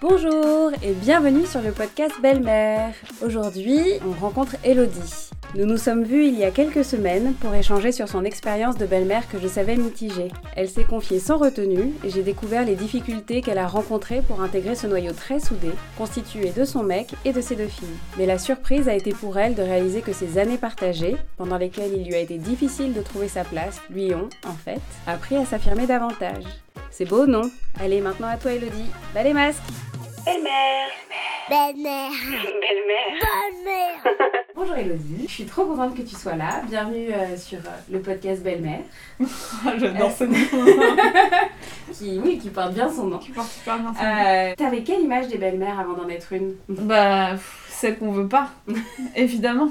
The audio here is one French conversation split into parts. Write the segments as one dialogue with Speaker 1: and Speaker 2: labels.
Speaker 1: Bonjour et bienvenue sur le podcast Belle-Mère. Aujourd'hui, on rencontre Elodie. Nous nous sommes vus il y a quelques semaines pour échanger sur son expérience de belle-mère que je savais mitigée. Elle s'est confiée sans retenue et j'ai découvert les difficultés qu'elle a rencontrées pour intégrer ce noyau très soudé, constitué de son mec et de ses deux filles. Mais la surprise a été pour elle de réaliser que ces années partagées, pendant lesquelles il lui a été difficile de trouver sa place, lui ont, en fait, appris à s'affirmer davantage. C'est beau, non Allez, maintenant à toi, Elodie. Bas les masques
Speaker 2: Belle-mère.
Speaker 3: Belle-mère.
Speaker 2: Belle-mère.
Speaker 3: Belle-mère.
Speaker 1: Bonjour Elodie, je suis trop contente que tu sois là. Bienvenue euh, sur euh, le podcast Belle-Mère,
Speaker 4: Ah, J'adore ce nom.
Speaker 1: qui, oui, qui porte bien son nom.
Speaker 4: Tu portes super bien ça.
Speaker 1: Euh, T'avais quelle image des belles-mères avant d'en être une
Speaker 4: Bah, pff, celle qu'on veut pas, évidemment.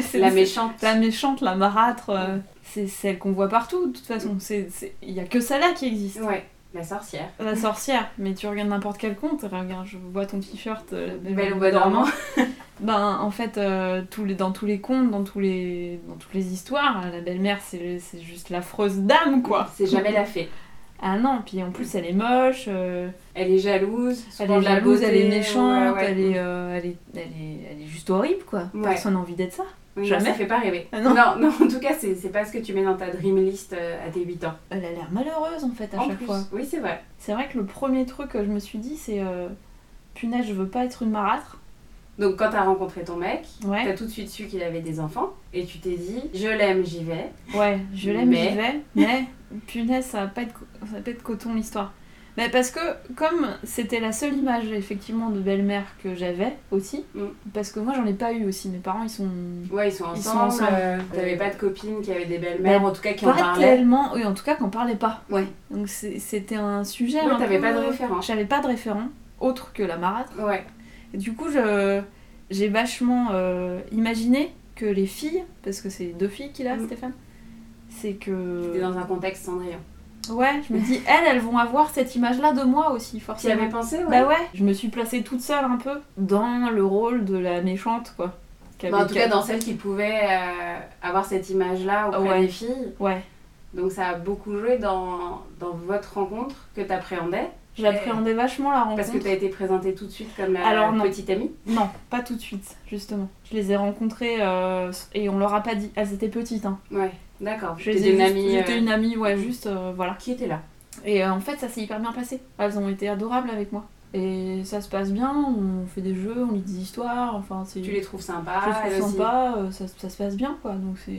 Speaker 4: C'est-
Speaker 1: La méchante.
Speaker 4: La méchante, la marâtre. euh, C'est celle qu'on voit partout, de toute façon. C'est- c'est- Il y a que celle-là qui existe.
Speaker 1: Ouais, la sorcière.
Speaker 4: La sorcière. Mais tu regardes n'importe quel conte. Regarde, je vois ton t-shirt. euh, la
Speaker 1: Belle au bois dormant.
Speaker 4: Ben, en fait, euh, tous les, dans tous les contes, dans, tous les, dans toutes les histoires, la belle-mère, c'est c'est juste l'affreuse dame, quoi.
Speaker 1: C'est jamais la fée.
Speaker 4: Ah non, puis en plus, elle est moche. euh,
Speaker 1: Elle est jalouse,
Speaker 4: Elle
Speaker 1: souvent
Speaker 4: est
Speaker 1: de la
Speaker 4: jalouse,
Speaker 1: beauté,
Speaker 4: elle est méchante,
Speaker 1: ouais, ouais.
Speaker 4: Elle, est, euh, elle, est, elle, est, elle est juste horrible quoi.
Speaker 1: Ouais.
Speaker 4: Personne n'a envie d'être ça.
Speaker 1: Non,
Speaker 4: jamais.
Speaker 1: Ça fait pas rêver.
Speaker 4: Ah
Speaker 1: non.
Speaker 4: non.
Speaker 1: non, en tout cas, c'est c'est pas ce que tu mets dans ta dream list euh, à tes 8 ans.
Speaker 4: Elle a l'air malheureuse en fait à
Speaker 1: en
Speaker 4: chaque
Speaker 1: plus.
Speaker 4: fois.
Speaker 1: Oui, c'est vrai.
Speaker 4: C'est vrai que le premier truc que je me suis dit c'est euh, punaise, je veux pas être une marâtre.
Speaker 1: Donc, quand t'as rencontré ton mec,
Speaker 4: Ouais,
Speaker 1: t'as tout de suite su qu'il avait des enfants et tu t'es dit je l'aime, j'y vais.
Speaker 4: ouais, je l'aime,
Speaker 1: Mais-
Speaker 4: j'y vais, mais punaise, ça va pas être, co- ça va pas être coton l'histoire. Mais parce que comme c'était la seule image effectivement de belle-mère que j'avais aussi,
Speaker 1: Mm.
Speaker 4: parce que moi j'en ai pas eu aussi, mes parents ils sont
Speaker 1: Ouais, ils sont ensemble.
Speaker 4: Ils sont ensemble.
Speaker 1: euh, T'avais pas de copine qui avait des belles-mères,
Speaker 4: Bah,
Speaker 1: en tout cas qui en
Speaker 4: pas
Speaker 1: parlaient.
Speaker 4: tellement, oui en tout cas qu'on parlait pas.
Speaker 1: Ouais.
Speaker 4: Donc c'est- c'était un sujet.
Speaker 1: Ouais,
Speaker 4: un
Speaker 1: t'avais
Speaker 4: peu-
Speaker 1: pas de référent.
Speaker 4: J'avais pas de référent autre que la marâtre.
Speaker 1: Ouais,
Speaker 4: Et du coup, je- j'ai vachement euh, imaginé que les filles, parce que c'est deux filles qu'il a,
Speaker 1: Mm.
Speaker 4: Stéphane, c'est
Speaker 1: t'es
Speaker 4: que.
Speaker 1: dans un contexte Cendrillon.
Speaker 4: Ouais, je me dis, elles, elles vont avoir cette image-là de moi aussi,
Speaker 1: Tu y
Speaker 4: forcément.
Speaker 1: avais pensé ouais.
Speaker 4: Bah ouais, je me suis placée toute seule un peu dans le rôle de la méchante, quoi.
Speaker 1: Bah, en tout cas,
Speaker 4: Qu'avec-
Speaker 1: dans celles qui pouvaient euh, avoir cette image-là auprès
Speaker 4: Ouais.
Speaker 1: des filles.
Speaker 4: Ouais,
Speaker 1: Donc ça a beaucoup joué dans, dans votre rencontre que t'appréhendais.
Speaker 4: j'appréhendais vachement la rencontre.
Speaker 1: Eh. Parce que t'as été présentée tout de suite comme la
Speaker 4: Alors, non.
Speaker 1: petite amie.
Speaker 4: Non, pas tout de suite, justement. Je les ai rencontrées euh, et on leur a pas dit. Elles étaient petites, hein.
Speaker 1: Ouais, d'accord.
Speaker 4: Je les
Speaker 1: T'étais
Speaker 4: ai
Speaker 1: une
Speaker 4: juste-
Speaker 1: amie
Speaker 4: J'étais
Speaker 1: euh,
Speaker 4: une amie, ouais, juste, euh, voilà.
Speaker 1: qui était là.
Speaker 4: Et euh, en fait, ça s'est hyper bien passé. Elles ont été adorables avec moi. Et ça se passe bien, on fait des jeux, on lit des histoires, enfin, c'est.
Speaker 1: Tu
Speaker 4: Je
Speaker 1: les trouves sympas.
Speaker 4: les trouve
Speaker 1: elles aussi.
Speaker 4: sympas, euh, ça, ça se passe bien, quoi. Donc c'est.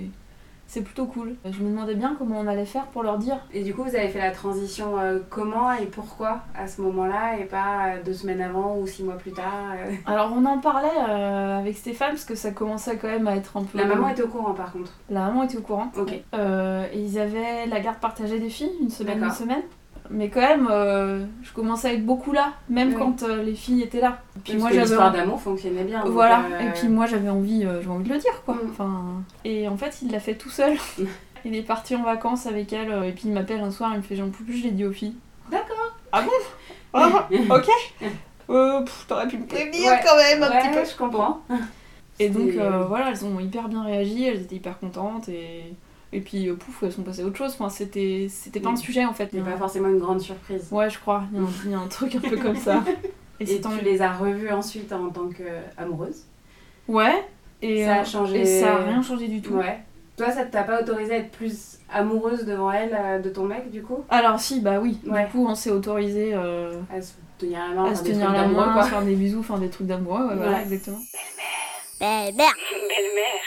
Speaker 4: C'est plutôt cool. Je me demandais bien comment on allait faire pour leur dire.
Speaker 1: Et du coup, vous avez fait la transition euh, comment et pourquoi à ce moment-là et pas euh, deux semaines avant ou six mois plus tard. euh.
Speaker 4: Alors on en parlait euh, avec Stéphane parce que ça commençait quand même à être un peu.
Speaker 1: La maman était au courant par contre.
Speaker 4: La maman était au courant.
Speaker 1: Ok.
Speaker 4: Euh, et ils avaient la garde partagée des filles, une semaine, une
Speaker 1: D'accord.
Speaker 4: semaine. Mais quand même, euh, je commençais à être beaucoup là, même
Speaker 1: Oui.
Speaker 4: quand euh, les filles étaient là. Et puis
Speaker 1: Parce
Speaker 4: moi
Speaker 1: que
Speaker 4: j'avais
Speaker 1: l'histoire d'amour fonctionnait bien. donc,
Speaker 4: voilà,
Speaker 1: euh,
Speaker 4: et puis moi j'avais envie, euh, j'avais envie de le dire quoi.
Speaker 1: Mm.
Speaker 4: Enfin, et en fait il l'a fait tout seul. il est parti en vacances avec elle euh, et puis il m'appelle un soir, il me fait j'en peux plus, je l'ai dit aux filles.
Speaker 1: D'accord.
Speaker 4: Ah bon Ah, Ok. Euh, pff, T'aurais pu me prévenir
Speaker 1: Ouais.
Speaker 4: quand même un
Speaker 1: Ouais,
Speaker 4: petit peu.
Speaker 1: je comprends.
Speaker 4: Et donc
Speaker 1: C'est-
Speaker 4: euh, voilà, elles ont hyper bien réagi, elles étaient hyper contentes et, et puis euh, pouf, elles sont passées à autre chose. Enfin, c'était c'était pas un
Speaker 1: Oui.
Speaker 4: sujet en fait.
Speaker 1: C'est pas forcément une grande surprise.
Speaker 4: Ouais, je crois, il y, a un- il y a un truc un peu comme ça. Et,
Speaker 1: Et,
Speaker 4: c'est tant
Speaker 1: tu
Speaker 4: mieux.
Speaker 1: les as revues ensuite en tant qu'amoureuse.
Speaker 4: Ouais, et
Speaker 1: ça
Speaker 4: euh,
Speaker 1: a changé.
Speaker 4: et ça a rien changé du tout.
Speaker 1: Ouais. Toi, ça t'a pas autorisé à être plus amoureuse devant elle euh, de ton mec du coup
Speaker 4: Alors si, bah oui.
Speaker 1: Ouais.
Speaker 4: Du coup, on s'est autorisé euh,
Speaker 1: À se tenir la main,
Speaker 4: à
Speaker 1: faire
Speaker 4: se
Speaker 1: des
Speaker 4: tenir
Speaker 1: trucs
Speaker 4: la
Speaker 1: d'amoureux,
Speaker 4: main,
Speaker 1: quoi.
Speaker 4: faire des bisous, faire des trucs d'amoureux. ouais,
Speaker 1: Voilà.
Speaker 4: voilà, exactement.
Speaker 3: Belle-mère.
Speaker 2: Belle-mère.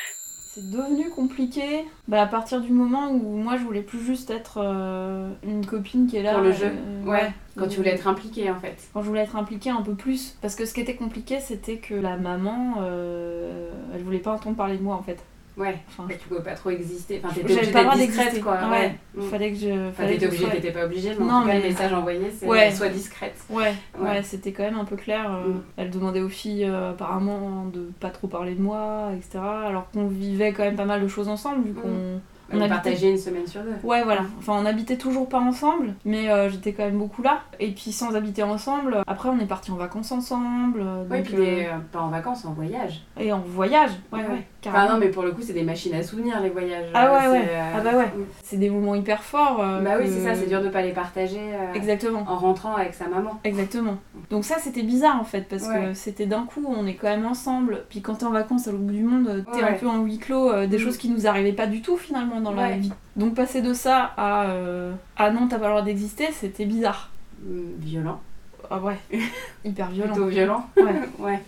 Speaker 4: C'est devenu compliqué bah, à partir du moment où moi je voulais plus juste être euh, une copine qui est là.
Speaker 1: Pour le jeu.
Speaker 4: euh,
Speaker 1: Ouais. Quand tu voulais être impliquée en fait.
Speaker 4: Quand je voulais être impliquée un peu plus. Parce que ce qui était compliqué, c'était que la maman, euh, elle voulait pas entendre parler de moi en fait.
Speaker 1: Ouais.
Speaker 4: Enfin,
Speaker 1: Mais tu pouvais pas trop exister. Enfin, t'étais
Speaker 4: j'avais
Speaker 1: obligée
Speaker 4: pas le
Speaker 1: d'être
Speaker 4: droit
Speaker 1: discrète
Speaker 4: d'exister.
Speaker 1: quoi.
Speaker 4: Ouais.
Speaker 1: Mm.
Speaker 4: Il fallait que je.
Speaker 1: Enfin,
Speaker 4: fallait
Speaker 1: t'étais
Speaker 4: que je
Speaker 1: obligée,
Speaker 4: sois-
Speaker 1: t'étais pas obligée, mais en
Speaker 4: Non,
Speaker 1: tout cas, le
Speaker 4: mais-
Speaker 1: message envoyé, c'est
Speaker 4: Ouais.
Speaker 1: sois discrète.
Speaker 4: Ouais,
Speaker 1: Ouais.
Speaker 4: ouais, c'était quand même un peu clair. euh,
Speaker 1: Mm.
Speaker 4: Elle demandait aux filles euh, apparemment de pas trop parler de moi, etc. Alors qu'on vivait quand même pas mal de choses ensemble, vu
Speaker 1: Mm.
Speaker 4: qu'on
Speaker 1: On
Speaker 4: habitait-
Speaker 1: partageait une semaine sur deux.
Speaker 4: Ouais, voilà. Enfin, on habitait toujours pas ensemble, mais euh, j'étais quand même beaucoup là. Et puis, sans habiter ensemble, après, on est parti en vacances ensemble. euh,
Speaker 1: Ouais,
Speaker 4: donc,
Speaker 1: puis des- euh, pas en vacances, en voyage.
Speaker 4: euh, et en voyage. Ouais,
Speaker 1: Ouais.
Speaker 4: ouais,
Speaker 1: Enfin
Speaker 4: carrément.
Speaker 1: non, mais pour le coup, c'est des machines à souvenirs, les voyages.
Speaker 4: Ah ouais,
Speaker 1: C'est,
Speaker 4: ouais.
Speaker 1: euh,
Speaker 4: Ah bah ouais.
Speaker 1: mm.
Speaker 4: C'est des moments hyper forts. euh,
Speaker 1: Bah oui,
Speaker 4: que-
Speaker 1: c'est ça, c'est dur de pas les partager euh,
Speaker 4: Exactement.
Speaker 1: en rentrant avec sa maman.
Speaker 4: Exactement. Donc ça c'était bizarre en fait parce
Speaker 1: Ouais.
Speaker 4: que c'était d'un coup on est quand même ensemble puis quand t'es en vacances à l'autre bout du monde euh, t'es
Speaker 1: Ouais.
Speaker 4: un peu en huis clos euh, des
Speaker 1: Mhm.
Speaker 4: choses qui nous arrivaient pas du tout finalement dans la
Speaker 1: Ouais.
Speaker 4: vie. Donc passer de ça à euh, ah non t'as pas le droit d'exister c'était bizarre.
Speaker 1: Mm, Violent.
Speaker 4: Ah ouais hyper violent.
Speaker 1: Plutôt violent.
Speaker 4: Ouais
Speaker 1: Ouais.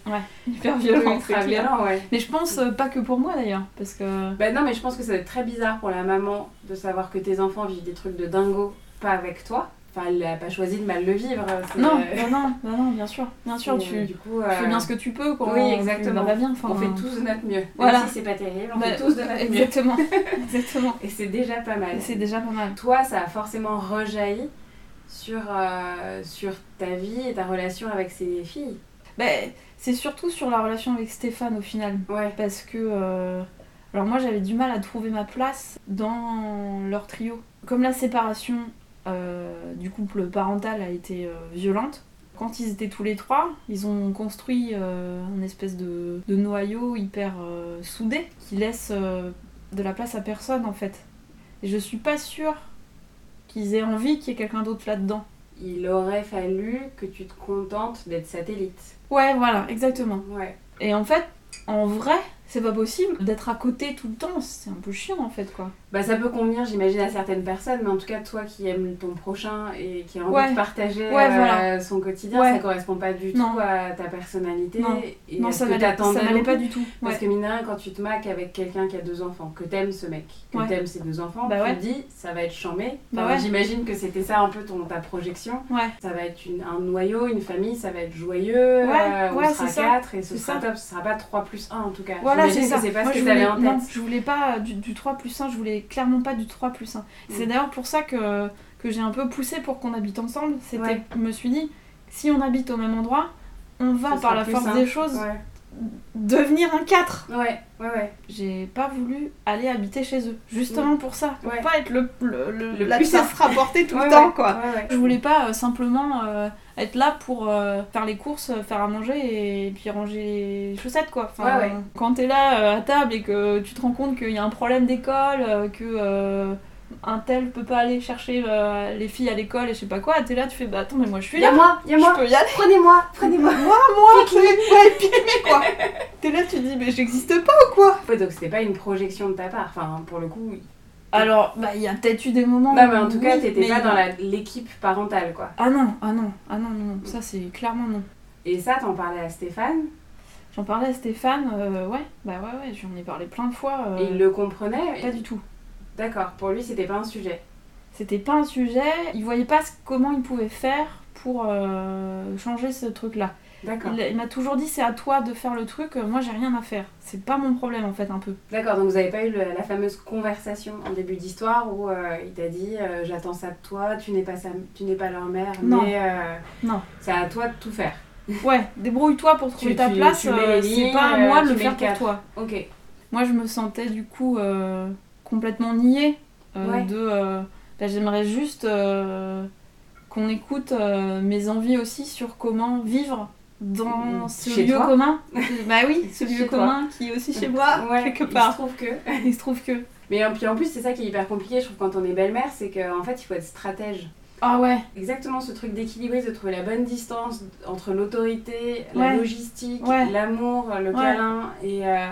Speaker 4: hyper
Speaker 1: Oui,
Speaker 4: violent. c'est
Speaker 1: Ultra
Speaker 4: clair.
Speaker 1: violent, ouais.
Speaker 4: Mais je pense euh, pas que pour moi d'ailleurs parce que
Speaker 1: Bah non, mais je pense que ça va être très bizarre pour la maman de savoir que tes enfants vivent des trucs de dingo, pas avec toi. Enfin, elle a pas choisi de mal le vivre. c'est-
Speaker 4: non
Speaker 1: euh,
Speaker 4: non, non non non, bien sûr bien sûr
Speaker 1: mais, euh,
Speaker 4: tu,
Speaker 1: Du coup,
Speaker 4: tu fais
Speaker 1: euh,
Speaker 4: bien ce que tu peux quoi.
Speaker 1: oui,
Speaker 4: Tu-
Speaker 1: exactement.
Speaker 4: bah, va bien enfin
Speaker 1: on fait tous de notre mieux. Même
Speaker 4: Voilà.
Speaker 1: si c'est pas terrible, on
Speaker 4: bah,
Speaker 1: fait tous de notre mieux.
Speaker 4: exactement exactement
Speaker 1: Et c'est déjà pas mal.
Speaker 4: Et c'est déjà pas mal.
Speaker 1: Toi, ça a forcément rejailli sur, euh, sur ta vie et ta relation avec ces filles.
Speaker 4: Ben, c'est surtout sur la relation avec Stéphane au final.
Speaker 1: Ouais.
Speaker 4: Parce que. euh, Alors, moi j'avais du mal à trouver ma place dans leur trio. Comme la séparation euh, du couple parental a été euh, violente, quand ils étaient tous les trois, ils ont construit euh, un espèce de, de noyau hyper euh, soudé qui laisse euh, de la place à personne en fait. Et je suis pas sûre qu'ils aient envie qu'il y ait quelqu'un d'autre là-dedans.
Speaker 1: Il aurait fallu que tu te contentes d'être satellite.
Speaker 4: Ouais, voilà, exactement.
Speaker 1: Ouais.
Speaker 4: Et en fait, en vrai, c'est pas possible d'être à côté tout le temps. C'est un peu chiant en fait, quoi.
Speaker 1: Bah ça peut convenir, j'imagine, à certaines personnes, mais en tout cas, toi qui aimes ton prochain et qui a envie
Speaker 4: Ouais.
Speaker 1: de partager
Speaker 4: Ouais,
Speaker 1: euh,
Speaker 4: voilà.
Speaker 1: son quotidien,
Speaker 4: Ouais.
Speaker 1: ça correspond pas du
Speaker 4: Non.
Speaker 1: tout à ta personnalité.
Speaker 4: Non.
Speaker 1: et à
Speaker 4: non,
Speaker 1: ce
Speaker 4: ça
Speaker 1: que
Speaker 4: m'allait, ça
Speaker 1: t'attendais
Speaker 4: m'allait
Speaker 1: non
Speaker 4: pas
Speaker 1: plus.
Speaker 4: du tout. Ouais.
Speaker 1: Parce que mine de rien, quand tu te maques avec quelqu'un qui a deux enfants, que t'aimes ce mec, que
Speaker 4: Ouais.
Speaker 1: t'aimes ses deux enfants,
Speaker 4: Bah
Speaker 1: tu
Speaker 4: ouais.
Speaker 1: te dis ça va être chambé.
Speaker 4: Bah
Speaker 1: Enfin,
Speaker 4: ouais.
Speaker 1: J'imagine que c'était ça un peu ton, ta projection.
Speaker 4: Ouais.
Speaker 1: Ça va être une- un noyau, une famille, ça va être joyeux, euh,
Speaker 4: Ouais,
Speaker 1: on
Speaker 4: ouais,
Speaker 1: sera
Speaker 4: c'est ça.
Speaker 1: quatre et ce
Speaker 4: C'est
Speaker 1: sera
Speaker 4: ça.
Speaker 1: top, ce sera pas 3 plus 1 en tout cas.
Speaker 4: Voilà, c'est
Speaker 1: J'imagine
Speaker 4: ça.
Speaker 1: que c'est pas
Speaker 4: Moi,
Speaker 1: ce
Speaker 4: je
Speaker 1: que t'avais
Speaker 4: voulais...
Speaker 1: en tête.
Speaker 4: Non, je voulais pas du, du 3 plus 1, je voulais clairement pas du 3 plus 1. C'est
Speaker 1: Mm.
Speaker 4: d'ailleurs pour ça que, que j'ai un peu poussé pour qu'on habite ensemble. C'était,
Speaker 1: Ouais.
Speaker 4: je me suis dit, si on habite au même endroit, on
Speaker 1: Ce
Speaker 4: va
Speaker 1: sera
Speaker 4: par la
Speaker 1: plus
Speaker 4: force
Speaker 1: simple.
Speaker 4: des choses
Speaker 1: Ouais.
Speaker 4: devenir un 4.
Speaker 1: ouais, ouais, ouais.
Speaker 4: J'ai pas voulu aller habiter chez eux, justement pour ça, pour
Speaker 1: Mm. Ouais.
Speaker 4: pas être le, le, le-
Speaker 1: Le
Speaker 4: la
Speaker 1: plus un.
Speaker 4: pièce rapportée tout
Speaker 1: Ouais,
Speaker 4: le temps,
Speaker 1: ouais,
Speaker 4: quoi.
Speaker 1: ouais, ouais.
Speaker 4: Je voulais pas euh, simplement euh, être là pour euh, faire les courses, euh, faire à manger et, puis ranger les chaussettes quoi. Enfin,
Speaker 1: Ouais, ouais.
Speaker 4: euh, Quand t'es là euh, à table et que tu te rends compte qu'il y a un problème d'école, euh, que euh, un tel peut pas aller chercher euh, les filles à l'école et je sais pas quoi, t'es là, tu fais bah attends mais moi je suis
Speaker 1: Y'a
Speaker 4: là,
Speaker 1: moi, y'a moi,
Speaker 4: je peux y aller.
Speaker 1: prenez-moi, prenez-moi.
Speaker 4: Moi, moi, tu ouais, puis mais quoi T'es là, tu te dis mais j'existe pas ou quoi
Speaker 1: Ouais, donc c'était pas une projection de ta part, enfin pour le coup.
Speaker 4: Alors bah il y a peut-être eu des moments.
Speaker 1: Non, mais en
Speaker 4: où
Speaker 1: tout cas,
Speaker 4: oui,
Speaker 1: t'étais
Speaker 4: mais-
Speaker 1: pas dans la- l'équipe parentale quoi.
Speaker 4: Ah non, ah non, ah non, non, non, ça c'est clairement non.
Speaker 1: Et ça, t'en parlais à Stéphane.
Speaker 4: J'en parlais à Stéphane, euh, ouais, bah ouais, ouais, j'en ai parlé plein de fois. euh,
Speaker 1: Et il le comprenait
Speaker 4: Pas du tout.
Speaker 1: D'accord, pour lui c'était pas un sujet.
Speaker 4: C'était pas un sujet, il voyait pas ce- comment il pouvait faire pour euh, changer ce truc-là.
Speaker 1: D'accord.
Speaker 4: Il, il m'a toujours dit c'est à toi de faire le truc, euh, moi j'ai rien à faire. C'est pas mon problème en fait, un peu.
Speaker 1: D'accord, donc vous avez pas eu le- la fameuse conversation en début d'histoire où euh, il t'a dit euh, j'attends ça de toi, tu n'es pas sa- tu n'es pas leur mère,
Speaker 4: Non.
Speaker 1: mais euh,
Speaker 4: Non.
Speaker 1: c'est à toi de tout faire.
Speaker 4: Ouais, débrouille-toi pour trouver ta
Speaker 1: tu-
Speaker 4: place,
Speaker 1: tu mets les
Speaker 4: euh, c'est
Speaker 1: lignes,
Speaker 4: pas à moi
Speaker 1: euh,
Speaker 4: de
Speaker 1: tu
Speaker 4: le
Speaker 1: mets
Speaker 4: faire
Speaker 1: le
Speaker 4: pour
Speaker 1: cadre.
Speaker 4: toi.
Speaker 1: Ok.
Speaker 4: Moi je me sentais du coup euh, complètement niée euh,
Speaker 1: Ouais.
Speaker 4: de. euh, bah, J'aimerais juste euh, qu'on écoute euh, mes envies aussi sur comment vivre dans
Speaker 1: Mm,
Speaker 4: ce
Speaker 1: chez
Speaker 4: lieu
Speaker 1: toi.
Speaker 4: commun. bah oui, ce
Speaker 1: Chez
Speaker 4: lieu
Speaker 1: toi.
Speaker 4: commun qui est aussi chez moi,
Speaker 1: Ouais,
Speaker 4: Ah, quelque
Speaker 1: Il se
Speaker 4: part.
Speaker 1: trouve que.
Speaker 4: Il se trouve que.
Speaker 1: Mais euh, puis en plus c'est ça qui est hyper compliqué, je trouve quand on est belle-mère, c'est qu'en fait il faut être stratège.
Speaker 4: Ah ouais,
Speaker 1: Exactement ce truc d'équilibrer, de trouver la bonne distance entre l'autorité, la
Speaker 4: Ouais.
Speaker 1: logistique,
Speaker 4: Ouais.
Speaker 1: l'amour, le
Speaker 4: Ouais.
Speaker 1: câlin et, euh,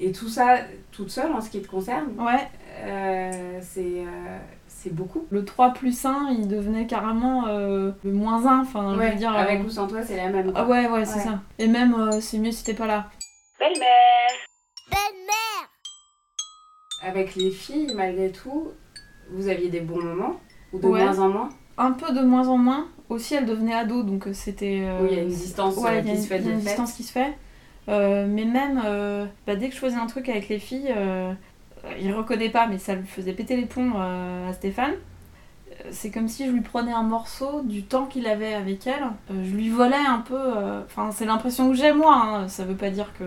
Speaker 1: et tout ça toute seule en ce qui te concerne.
Speaker 4: ouais.
Speaker 1: Euh, c'est euh, c'est beaucoup.
Speaker 4: Le 3 plus 1, il devenait carrément euh, le moins 1. Enfin, je
Speaker 1: Ouais,
Speaker 4: veux dire. euh,
Speaker 1: avec ou sans toi, c'est la même.
Speaker 4: Ah
Speaker 1: quoi.
Speaker 4: ouais, ouais, c'est
Speaker 1: Ouais.
Speaker 4: ça. Et même, euh, c'est mieux si t'es pas là.
Speaker 5: Belle-mère.
Speaker 3: Belle-mère.
Speaker 1: Avec les filles, malgré tout, vous aviez des bons moments, ou de
Speaker 4: Ouais.
Speaker 1: moins en moins,
Speaker 4: Un peu de moins en moins. Aussi, elle devenait ado, donc euh, c'était. euh,
Speaker 1: où il y a une distance euh,
Speaker 4: Ouais, il y a
Speaker 1: qui
Speaker 4: une,
Speaker 1: se fait
Speaker 4: il y a
Speaker 1: de
Speaker 4: une
Speaker 1: fait.
Speaker 4: distance qui se fait. Euh, mais même, euh, bah, dès que je faisais un truc avec les filles, euh, il reconnaît pas, mais ça lui faisait péter les plombs euh, à Stéphane. Euh, C'est comme si je lui prenais un morceau du temps qu'il avait avec elle. Euh, je lui volais un peu. euh, Enfin, c'est l'impression que j'ai moi. hein. Ça veut pas dire que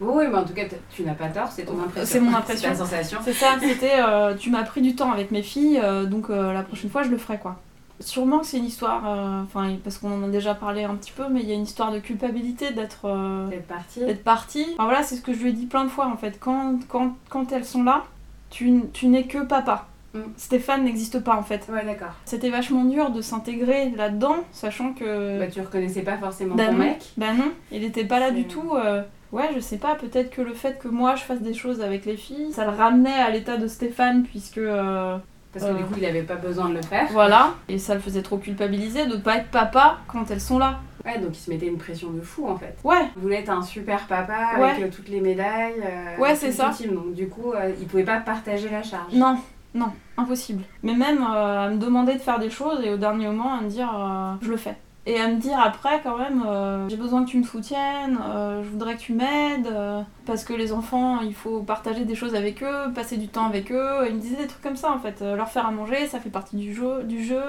Speaker 1: Oui, mais en tout cas, t- tu n'as pas tort, c'est ton impression.
Speaker 4: Euh, C'est mon impression.
Speaker 1: ta sensation.
Speaker 4: C'est ça, c'était euh, tu m'as pris du temps avec mes filles, euh, donc euh, la prochaine fois je le ferai quoi. Sûrement que c'est une histoire, euh, enfin parce qu'on en a déjà parlé un petit peu, mais il y a une histoire de culpabilité d'être euh,
Speaker 1: C'est parti.
Speaker 4: d'être partie. Enfin voilà, c'est ce que je lui ai dit plein de fois en fait. Quand, quand, quand elles sont là, tu, n- tu n'es que papa.
Speaker 1: Mm.
Speaker 4: Stéphane n'existe pas en fait.
Speaker 1: Ouais, d'accord.
Speaker 4: C'était vachement dur de s'intégrer là-dedans, sachant que.
Speaker 1: Bah, tu reconnaissais pas forcément
Speaker 4: euh, Bah
Speaker 1: ton
Speaker 4: non.
Speaker 1: mec.
Speaker 4: Bah non, il était pas là
Speaker 1: C'est-
Speaker 4: du tout. euh, Ouais, je sais pas, peut-être que le fait que moi je fasse des choses avec les filles, ça le ramenait à l'état de Stéphane, puisque. euh,
Speaker 1: Parce que du
Speaker 4: Euh.
Speaker 1: coup, il avait pas besoin de le faire.
Speaker 4: voilà, et ça le faisait trop culpabiliser de pas être papa quand elles sont là.
Speaker 1: Ouais, donc il se mettait une pression de fou en fait.
Speaker 4: Ouais,
Speaker 1: Il voulait être un super papa
Speaker 4: Ouais.
Speaker 1: avec euh, toutes les médailles. euh,
Speaker 4: Ouais,
Speaker 1: tout
Speaker 4: c'est
Speaker 1: le
Speaker 4: ça.
Speaker 1: team. Donc du coup, euh, il pouvait pas partager la charge.
Speaker 4: non, non, impossible. Mais même euh, à me demander de faire des choses et au dernier moment à me dire euh, je le fais. Et à me dire après quand même euh, j'ai besoin que tu me soutiennes, euh, je voudrais que tu m'aides, euh, parce que les enfants il faut partager des choses avec eux, passer du temps avec eux. Il me disait des trucs comme ça en fait, Euh, leur faire à manger ça fait partie du jeu. Du jeu.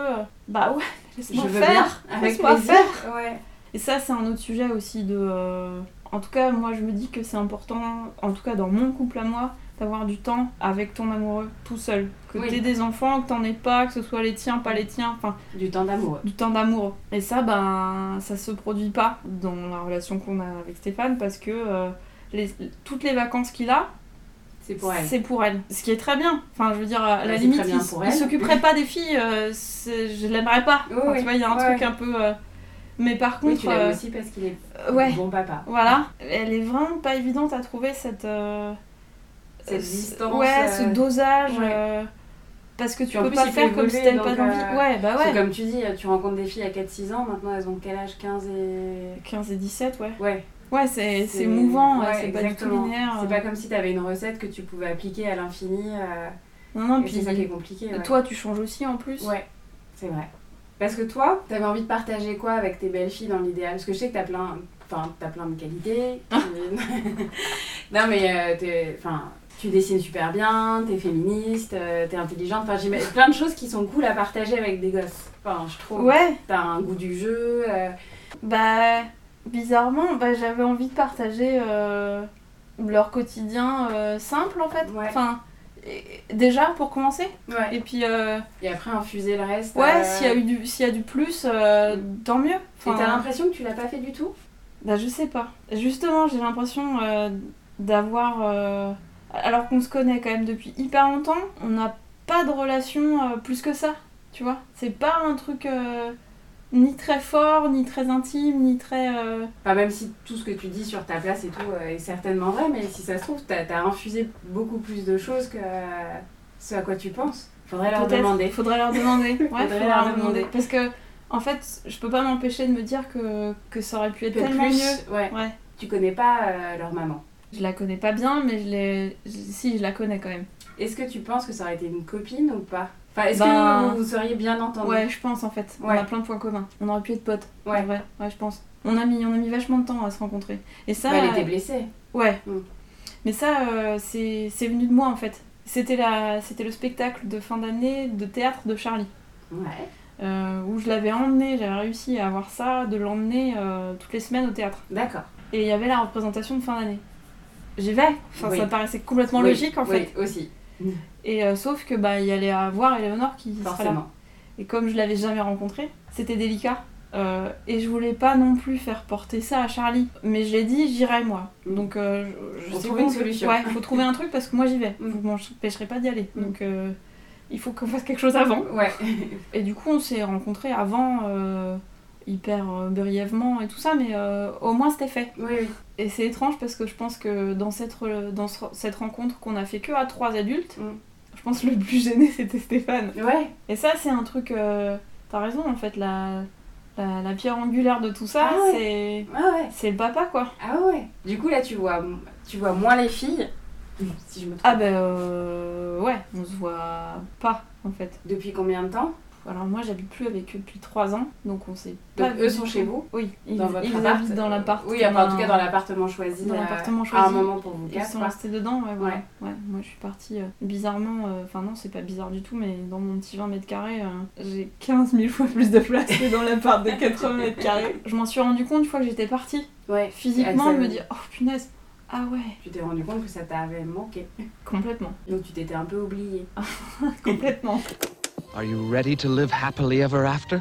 Speaker 4: Bah ouais, laisse-moi
Speaker 1: Je veux bien,
Speaker 4: faire,
Speaker 1: avec
Speaker 4: laisse-moi
Speaker 1: plaisir.
Speaker 4: faire.
Speaker 1: Ouais.
Speaker 4: Et ça, c'est un autre sujet aussi de. euh, En tout cas, moi, je me dis que c'est important, en tout cas dans mon couple à moi, d'avoir du temps avec ton amoureux tout seul. Que
Speaker 1: Oui.
Speaker 4: t'aies des enfants, que t'en aies pas, que ce soit les tiens, pas les tiens, enfin,
Speaker 1: Du temps d'amour.
Speaker 4: du temps d'amour. Et ça, ben, ça se produit pas dans la relation qu'on a avec Stéphane parce que euh, les- toutes les vacances qu'il a,
Speaker 1: C'est pour elle.
Speaker 4: c'est pour elle. Ce qui est très bien. Enfin, je veux dire, à
Speaker 1: Ouais,
Speaker 4: la
Speaker 1: c'est
Speaker 4: limite,
Speaker 1: très bien
Speaker 4: il,
Speaker 1: pour
Speaker 4: il
Speaker 1: elle.
Speaker 4: s'occuperait pas des filles, euh, c'est- je l'aimerais pas.
Speaker 1: Oui,
Speaker 4: Enfin,
Speaker 1: oui.
Speaker 4: Tu vois, il y a un
Speaker 1: Ouais,
Speaker 4: truc
Speaker 1: ouais.
Speaker 4: un peu. euh, Mais par
Speaker 1: Oui,
Speaker 4: contre.
Speaker 1: tu l'aimes
Speaker 4: euh,
Speaker 1: aussi parce qu'il est
Speaker 4: ouais.
Speaker 1: bon papa.
Speaker 4: Voilà, elle est vraiment pas évidente à trouver cette, euh,
Speaker 1: Cette
Speaker 4: ce-
Speaker 1: distance.
Speaker 4: ouais,
Speaker 1: euh,
Speaker 4: ce dosage,
Speaker 1: ouais.
Speaker 4: euh, parce que tu
Speaker 1: en
Speaker 4: peux
Speaker 1: plus,
Speaker 4: pas
Speaker 1: il faut
Speaker 4: faire comme si
Speaker 1: évoluer,
Speaker 4: t'avais pas
Speaker 1: donc,
Speaker 4: d'envie.
Speaker 1: euh,
Speaker 4: Ouais, bah
Speaker 1: Parce
Speaker 4: ouais.
Speaker 1: que comme tu dis, tu rencontres des filles à 4-6 ans, maintenant elles ont quel âge 15 et.
Speaker 4: 15 et 17, ouais.
Speaker 1: Ouais,
Speaker 4: Ouais, c'est c'est mouvant, ouais,
Speaker 1: ouais,
Speaker 4: c'est pas du tout
Speaker 1: exactement.
Speaker 4: linéaire. euh.
Speaker 1: C'est pas comme si t'avais une recette que tu pouvais appliquer à l'infini. euh,
Speaker 4: Non, non,
Speaker 1: et c'est
Speaker 4: puis
Speaker 1: ça qui est compliqué. ouais.
Speaker 4: toi, tu changes aussi en plus.
Speaker 1: Ouais, c'est vrai. Parce que toi, t'avais envie de partager quoi avec tes belles filles dans l'idéal Parce que je sais que t'as plein, enfin, t'as plein de qualités. tu- non mais, euh, t'es- enfin, tu dessines super bien, t'es féministe, euh, t'es intelligente. Enfin, j'imagine plein de choses qui sont cool à partager avec des gosses. Enfin, je trouve.
Speaker 4: Ouais,
Speaker 1: T'as un goût du jeu. euh,
Speaker 4: bah bizarrement, bah, j'avais envie de partager euh, leur quotidien euh, simple en fait.
Speaker 1: Ouais.
Speaker 4: Enfin, et- déjà pour commencer.
Speaker 1: Ouais.
Speaker 4: Et puis. euh,
Speaker 1: Et après, infuser le reste.
Speaker 4: Ouais,
Speaker 1: euh,
Speaker 4: s'il y a eu du, s'il y a du plus, euh, tant mieux.
Speaker 1: Et t'as
Speaker 4: Enfin,
Speaker 1: l'impression que tu l'as pas fait du tout
Speaker 4: bah, je sais pas. Justement, j'ai l'impression euh, d'avoir, euh, alors qu'on se connaît quand même depuis hyper longtemps, on n'a pas de relation euh, plus que ça. Tu vois, c'est pas un truc euh, ni très fort, ni très intime, ni très. euh,
Speaker 1: Enfin, même si tout ce que tu dis sur ta place et tout euh, est certainement vrai, mais si ça se trouve, t'as as infusé beaucoup plus de choses que euh, ce à quoi tu penses. Faudrait leur
Speaker 4: Peut-être.
Speaker 1: demander.
Speaker 4: Faudrait leur demander. Ouais, faudrait, leur demander.
Speaker 1: demander.
Speaker 4: Parce que, en fait, je peux pas m'empêcher de me dire que, que ça aurait pu être
Speaker 1: Peut-être
Speaker 4: tellement mieux.
Speaker 1: Ouais.
Speaker 4: Ouais.
Speaker 1: Tu connais pas euh, leur maman.
Speaker 4: Je la connais pas bien, mais je l'ai. je- Si, je la connais quand même.
Speaker 1: Est-ce que tu penses que ça aurait été une copine ou pas Enfin, est-ce
Speaker 4: Ben,
Speaker 1: que vous, vous seriez bien entendu
Speaker 4: Ouais, je pense en fait. On
Speaker 1: Ouais.
Speaker 4: a plein de points communs. On aurait pu être potes.
Speaker 1: Ouais.
Speaker 4: En vrai. Ouais, je pense. On a mis, on a mis vachement de temps à se rencontrer. Et ça.
Speaker 1: Bah, Elle
Speaker 4: euh,
Speaker 1: était blessée.
Speaker 4: Ouais.
Speaker 1: Mm.
Speaker 4: Mais ça, euh, c'est c'est venu de moi en fait. C'était la, c'était le spectacle de fin d'année de théâtre de Charlie.
Speaker 1: Ouais.
Speaker 4: euh, où je l'avais emmené, j'avais réussi à avoir ça, de l'emmener euh, toutes les semaines au théâtre.
Speaker 1: D'accord.
Speaker 4: Et il y avait la représentation de fin d'année. J'y vais. Enfin,
Speaker 1: Oui.
Speaker 4: ça paraissait complètement
Speaker 1: Oui,
Speaker 4: logique en fait.
Speaker 1: Oui, aussi.
Speaker 4: Et euh, sauf que bah, il y allait avoir Eleanor qui serait là.
Speaker 1: Forcément.
Speaker 4: Et comme je l'avais jamais rencontré, c'était délicat. Euh, et je voulais pas non plus faire porter ça à Charlie. Mais je l'ai dit, j'irai moi.
Speaker 1: Mm.
Speaker 4: Donc euh, je, je
Speaker 1: Faut
Speaker 4: sais
Speaker 1: trouver
Speaker 4: qu'on
Speaker 1: une
Speaker 4: peut-
Speaker 1: solution.
Speaker 4: Ouais, faut trouver un truc parce que moi j'y vais.
Speaker 1: Mm.
Speaker 4: Vous m'empêcherez pas d'y aller.
Speaker 1: Mm.
Speaker 4: Donc euh, il faut qu'on fasse quelque chose avant.
Speaker 1: Ouais.
Speaker 4: Et du coup, on s'est rencontrés avant, euh, hyper euh, brièvement et tout ça, mais euh, au moins c'était fait.
Speaker 1: oui, oui.
Speaker 4: Et c'est étrange parce que je pense que dans cette, re- dans ce- cette rencontre qu'on a fait que à trois adultes,
Speaker 1: Mm.
Speaker 4: je pense que le plus gêné c'était Stéphane.
Speaker 1: Ouais.
Speaker 4: Et ça, c'est un truc. euh, T'as raison, en fait, la, la, la pierre angulaire de tout ça,
Speaker 1: Ah Ah ouais.
Speaker 4: c'est. C'est le papa, quoi.
Speaker 1: Ah ouais. Du coup, là, tu vois, tu vois moins les filles. Si je me trompe.
Speaker 4: Ah, ben. euh, ouais, on se voit pas, en fait.
Speaker 1: Depuis combien de temps
Speaker 4: Alors, moi, j'habite plus avec eux depuis 3 ans, donc on s'est pas.
Speaker 1: Donc,
Speaker 4: vu
Speaker 1: eux
Speaker 4: du
Speaker 1: sont
Speaker 4: tout.
Speaker 1: chez vous
Speaker 4: Oui, ils,
Speaker 1: dans votre
Speaker 4: ils
Speaker 1: appart. euh,
Speaker 4: habitent dans l'appart.
Speaker 1: Oui, enfin, en
Speaker 4: qu'on
Speaker 1: tout
Speaker 4: a-
Speaker 1: cas dans l'appartement choisi.
Speaker 4: Dans
Speaker 1: euh,
Speaker 4: l'appartement
Speaker 1: À un
Speaker 4: choisi.
Speaker 1: moment pour vous
Speaker 4: Ils
Speaker 1: quatre.
Speaker 4: sont
Speaker 1: quoi.
Speaker 4: restés dedans, ouais, voilà.
Speaker 1: Ouais.
Speaker 4: Ouais. moi je suis partie euh, bizarrement, euh, enfin non, c'est pas bizarre du tout, mais dans mon petit 20 mètres carrés, euh, j'ai 15 000 fois plus de place que dans l'appart de 80 mètres carrés. Je m'en suis rendu compte une fois que j'étais partie.
Speaker 1: Ouais.
Speaker 4: Physiquement,
Speaker 1: Ah,
Speaker 4: je
Speaker 1: ça-
Speaker 4: me dis, oh punaise, Ah ouais,
Speaker 1: Tu t'es rendu compte que ça t'avait manqué.
Speaker 4: complètement.
Speaker 1: Donc tu t'étais un peu oubliée.
Speaker 4: Complètement.
Speaker 6: Are you ready to live happily ever after?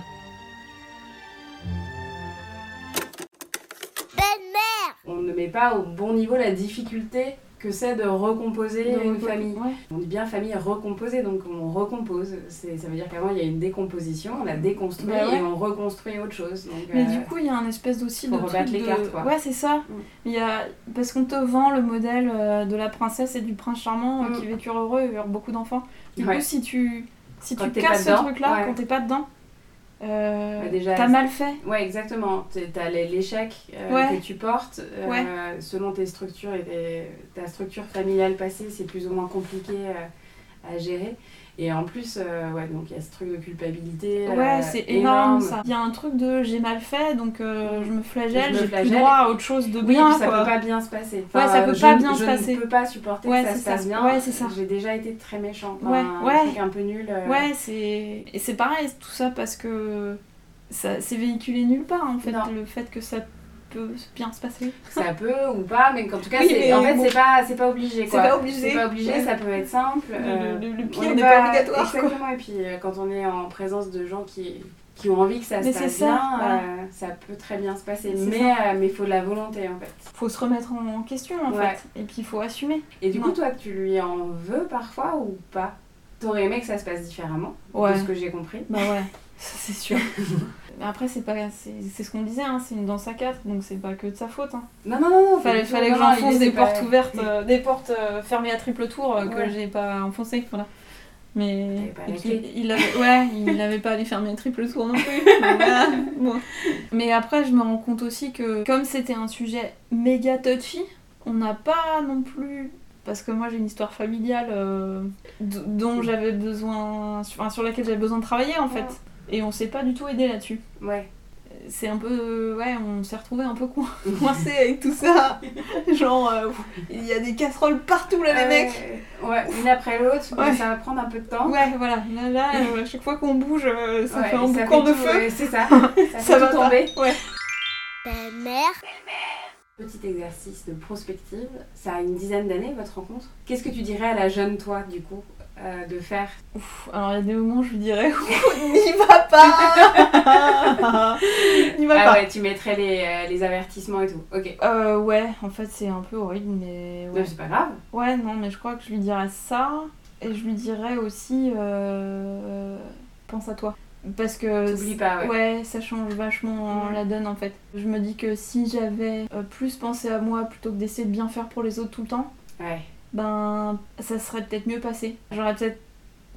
Speaker 3: belle-mère,
Speaker 1: On ne met pas au bon niveau la difficulté que c'est de recomposer
Speaker 4: Donc,
Speaker 1: une famille.
Speaker 4: ouais.
Speaker 1: On dit bien famille recomposée, donc on recompose. C'est- Ça veut dire qu'avant il y a une décomposition, on la déconstruit
Speaker 4: Bah ouais.
Speaker 1: et on reconstruit autre chose. Donc,
Speaker 4: Mais
Speaker 1: euh,
Speaker 4: du coup, il y a un espèce aussi
Speaker 1: faut
Speaker 4: de
Speaker 1: rebattre
Speaker 4: truc
Speaker 1: les
Speaker 4: de-
Speaker 1: cartes, quoi.
Speaker 4: Ouais, c'est ça.
Speaker 1: Mm.
Speaker 4: Il y a... Parce qu'on te vend le modèle euh, de la princesse et du prince charmant euh,
Speaker 1: Mm.
Speaker 4: qui vécurent heureux et eurent beaucoup d'enfants. Du
Speaker 1: Ouais.
Speaker 4: coup, si tu, si
Speaker 1: Quand
Speaker 4: tu
Speaker 1: t'es pas
Speaker 4: casses ce
Speaker 1: dedans,
Speaker 4: truc-là
Speaker 1: ouais.
Speaker 4: quand t'es pas dedans, euh,
Speaker 1: Bah, déjà,
Speaker 4: t'as mal fait.
Speaker 1: Ouais, exactement. T'es- T'as les- l'échec euh,
Speaker 4: Ouais.
Speaker 1: que tu portes. euh, Selon tes structures et tes- ta structure familiale passée, c'est plus ou moins compliqué euh, à gérer. Et en plus, euh, ouais, donc il y a ce truc de culpabilité. euh, Mm.
Speaker 4: Ouais, c'est énorme, ça. Il y a un truc de j'ai mal fait, donc euh, je me flagelle,
Speaker 1: Je me
Speaker 4: j'ai plus
Speaker 1: flagelle.
Speaker 4: droit à autre chose de
Speaker 1: Oui,
Speaker 4: bien.
Speaker 1: puis ça
Speaker 4: quoi.
Speaker 1: peut pas bien se passer.
Speaker 4: ça peut
Speaker 1: je-
Speaker 4: pas bien
Speaker 1: je
Speaker 4: se passer.
Speaker 1: ne peux pas supporter
Speaker 4: Ouais,
Speaker 1: que ça
Speaker 4: c'est
Speaker 1: se passe
Speaker 4: ça.
Speaker 1: bien.
Speaker 4: Ouais, c'est ça.
Speaker 1: J'ai déjà été très méchant.
Speaker 4: Ouais,
Speaker 1: un
Speaker 4: ouais.
Speaker 1: truc un peu nul. euh,
Speaker 4: Ouais, c'est. Et c'est pareil, tout ça parce que ça c'est véhiculé nulle part en fait,
Speaker 1: Non.
Speaker 4: le fait que ça peut bien se passer.
Speaker 1: Ça peut ou pas, mais en tout cas,
Speaker 4: Oui,
Speaker 1: c'est-
Speaker 4: mais
Speaker 1: en fait,
Speaker 4: bon.
Speaker 1: c'est pas, c'est pas obligé. quoi.
Speaker 4: obligé. Mm,
Speaker 1: C'est pas obligé, ça peut être simple. euh,
Speaker 4: Le, le- le
Speaker 1: On
Speaker 4: pire n'est pas, obligatoire. quoi.
Speaker 1: Exactement, et puis euh, quand on est en présence de gens qui, qui ont envie que ça
Speaker 4: Mais
Speaker 1: se
Speaker 4: c'est
Speaker 1: passe
Speaker 4: ça,
Speaker 1: bien,
Speaker 4: voilà.
Speaker 1: euh, ça peut très bien se passer.
Speaker 4: C'est
Speaker 1: Mais euh, mais il faut de la volonté en fait.
Speaker 4: Faut se remettre en en question en
Speaker 1: Ouais.
Speaker 4: fait, et puis il faut assumer.
Speaker 1: Et du
Speaker 4: Ouais.
Speaker 1: coup, toi, tu lui en veux parfois ou pas T'aurais aimé que ça se passe différemment, de ce que j'ai compris.
Speaker 4: Bah ouais, ça c'est sûr. Mais Après c'est pas, c'est c'est ce qu'on disait, hein, c'est une danse à quatre, donc c'est pas que de sa faute. hein.
Speaker 1: Non, non, non, non.
Speaker 4: Fallait,
Speaker 1: pas du
Speaker 4: fallait
Speaker 1: tout.
Speaker 4: que
Speaker 1: Non,
Speaker 4: j'enfonce
Speaker 1: l'idée,
Speaker 4: des
Speaker 1: c'est pas-
Speaker 4: portes ouvertes, euh, des portes euh, fermées à triple tour euh, que
Speaker 1: Ouais.
Speaker 4: j'ai pas enfoncées, voilà. Mais
Speaker 1: T'avais pas
Speaker 4: et
Speaker 1: la
Speaker 4: puis,
Speaker 1: clé.
Speaker 4: il avait, ouais, il avait pas les fermer à triple tour non plus. Donc, voilà. Bon. Mais après, je me rends compte aussi que comme c'était un sujet méga touchy, on n'a pas non plus. Parce que moi j'ai une histoire familiale euh, d- dont j'avais besoin, sur, enfin, sur laquelle j'avais besoin de travailler en fait.
Speaker 1: Ouais.
Speaker 4: Et on s'est pas du tout aidé là-dessus
Speaker 1: Ouais.
Speaker 4: c'est un peu ouais on s'est retrouvé un peu coin- coincé avec tout ça genre euh, il y a des casseroles partout là les
Speaker 1: Euh,
Speaker 4: mecs
Speaker 1: Ouais, une après l'autre,
Speaker 4: Ouais.
Speaker 1: mais ça va prendre un peu de temps.
Speaker 4: ouais voilà là, là euh, à chaque fois qu'on bouge euh, ça
Speaker 1: Ouais,
Speaker 4: fait un
Speaker 1: et ça
Speaker 4: boucan
Speaker 1: fait
Speaker 4: de
Speaker 1: tout,
Speaker 4: feu
Speaker 1: ouais, C'est ça. Ça,
Speaker 4: ça
Speaker 1: fait
Speaker 4: va
Speaker 1: tout
Speaker 4: pas.
Speaker 1: tomber.
Speaker 4: ouais
Speaker 3: belle-mère,
Speaker 1: Petit exercice de prospective, ça a une dizaine d'années votre rencontre. Qu'est-ce que tu dirais à la jeune toi du coup euh, de faire
Speaker 4: Ouf, alors il y a des moments je lui dirais Ouh, n'y va pas n'y va
Speaker 1: Ah
Speaker 4: pas
Speaker 1: ouais, tu mettrais les, euh, les avertissements et tout. Ok.
Speaker 4: Euh, ouais, en fait c'est un peu horrible, mais ouais.
Speaker 1: Non, c'est pas grave.
Speaker 4: Ouais, non, mais je crois que je lui dirais ça. Et je lui dirais aussi. euh, Pense à toi. Parce que.
Speaker 1: T'oublies pas, ouais.
Speaker 4: ça change vachement
Speaker 1: Mhm.
Speaker 4: la donne en fait. Je me dis que si j'avais euh, plus pensé à moi plutôt que d'essayer de bien faire pour les autres tout le temps,
Speaker 1: Ouais.
Speaker 4: ben ça serait peut-être mieux passé. J'aurais peut-être